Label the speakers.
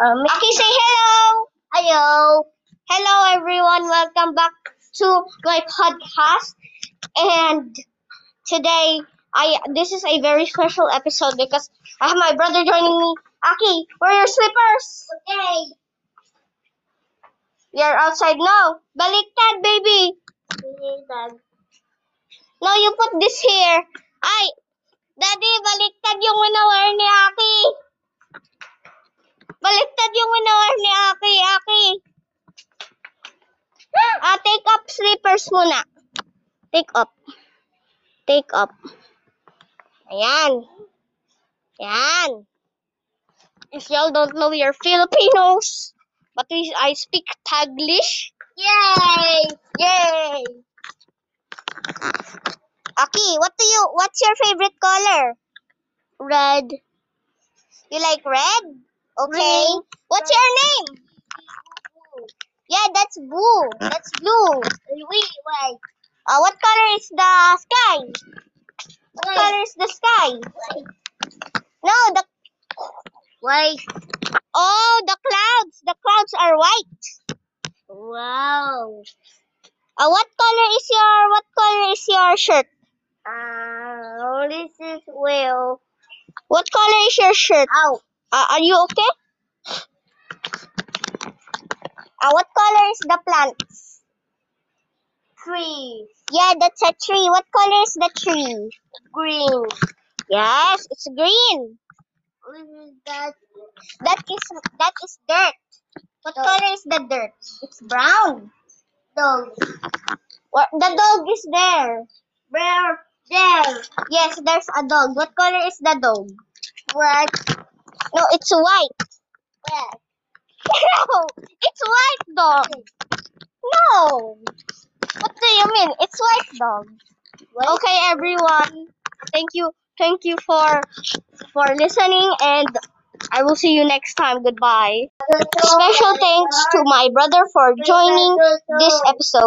Speaker 1: Um, okay, say hello. Hello. Hello, everyone. Welcome back to my podcast. And today, I this is a very special episode because I have my brother joining me. Aki, where are your slippers? Okay. You're outside now. Baliktad, baby. No, you put this here. Ay, Daddy, baliktad yung winawar ni Aki. Baliktad yung winawar ni Aki, Aki. Ah, take up slippers muna. Take up. Take up. Ayan. Ayan. If y'all don't know, we are Filipinos. But we, I speak Taglish. Yay! Yay! Aki, what do you, what's your favorite color? Red. You like red? Okay.
Speaker 2: Green.
Speaker 1: What's your name? Yeah, that's blue. That's blue.
Speaker 2: Wait, wait.
Speaker 1: Uh, what color is the sky? What
Speaker 2: White.
Speaker 1: color is the sky? No, the
Speaker 2: Wait.
Speaker 1: oh the clouds. The clouds are white.
Speaker 2: Wow.
Speaker 1: Uh, what color is your what color is your shirt?
Speaker 2: Uh, this is Will.
Speaker 1: What color is your shirt?
Speaker 2: Ow.
Speaker 1: Uh, are you okay? Uh, what color is the plant?
Speaker 2: Tree.
Speaker 1: Yeah, that's a tree. What color is the tree?
Speaker 2: Green.
Speaker 1: Yes, it's green.
Speaker 2: This is that.
Speaker 1: That is that is dirt. What
Speaker 2: Dog.
Speaker 1: color is the dirt? It's brown.
Speaker 2: Dog.
Speaker 1: What, the dog is there.
Speaker 2: Bear. There.
Speaker 1: Yes, there's a dog. What color is the dog?
Speaker 2: What?
Speaker 1: No, it's white.
Speaker 2: What?
Speaker 1: No, it's white dog. No. What do you mean? It's white dog. Okay, everyone. Thank you. Thank you for for listening and I will see you next time. Goodbye. Special thanks to my brother for joining this episode.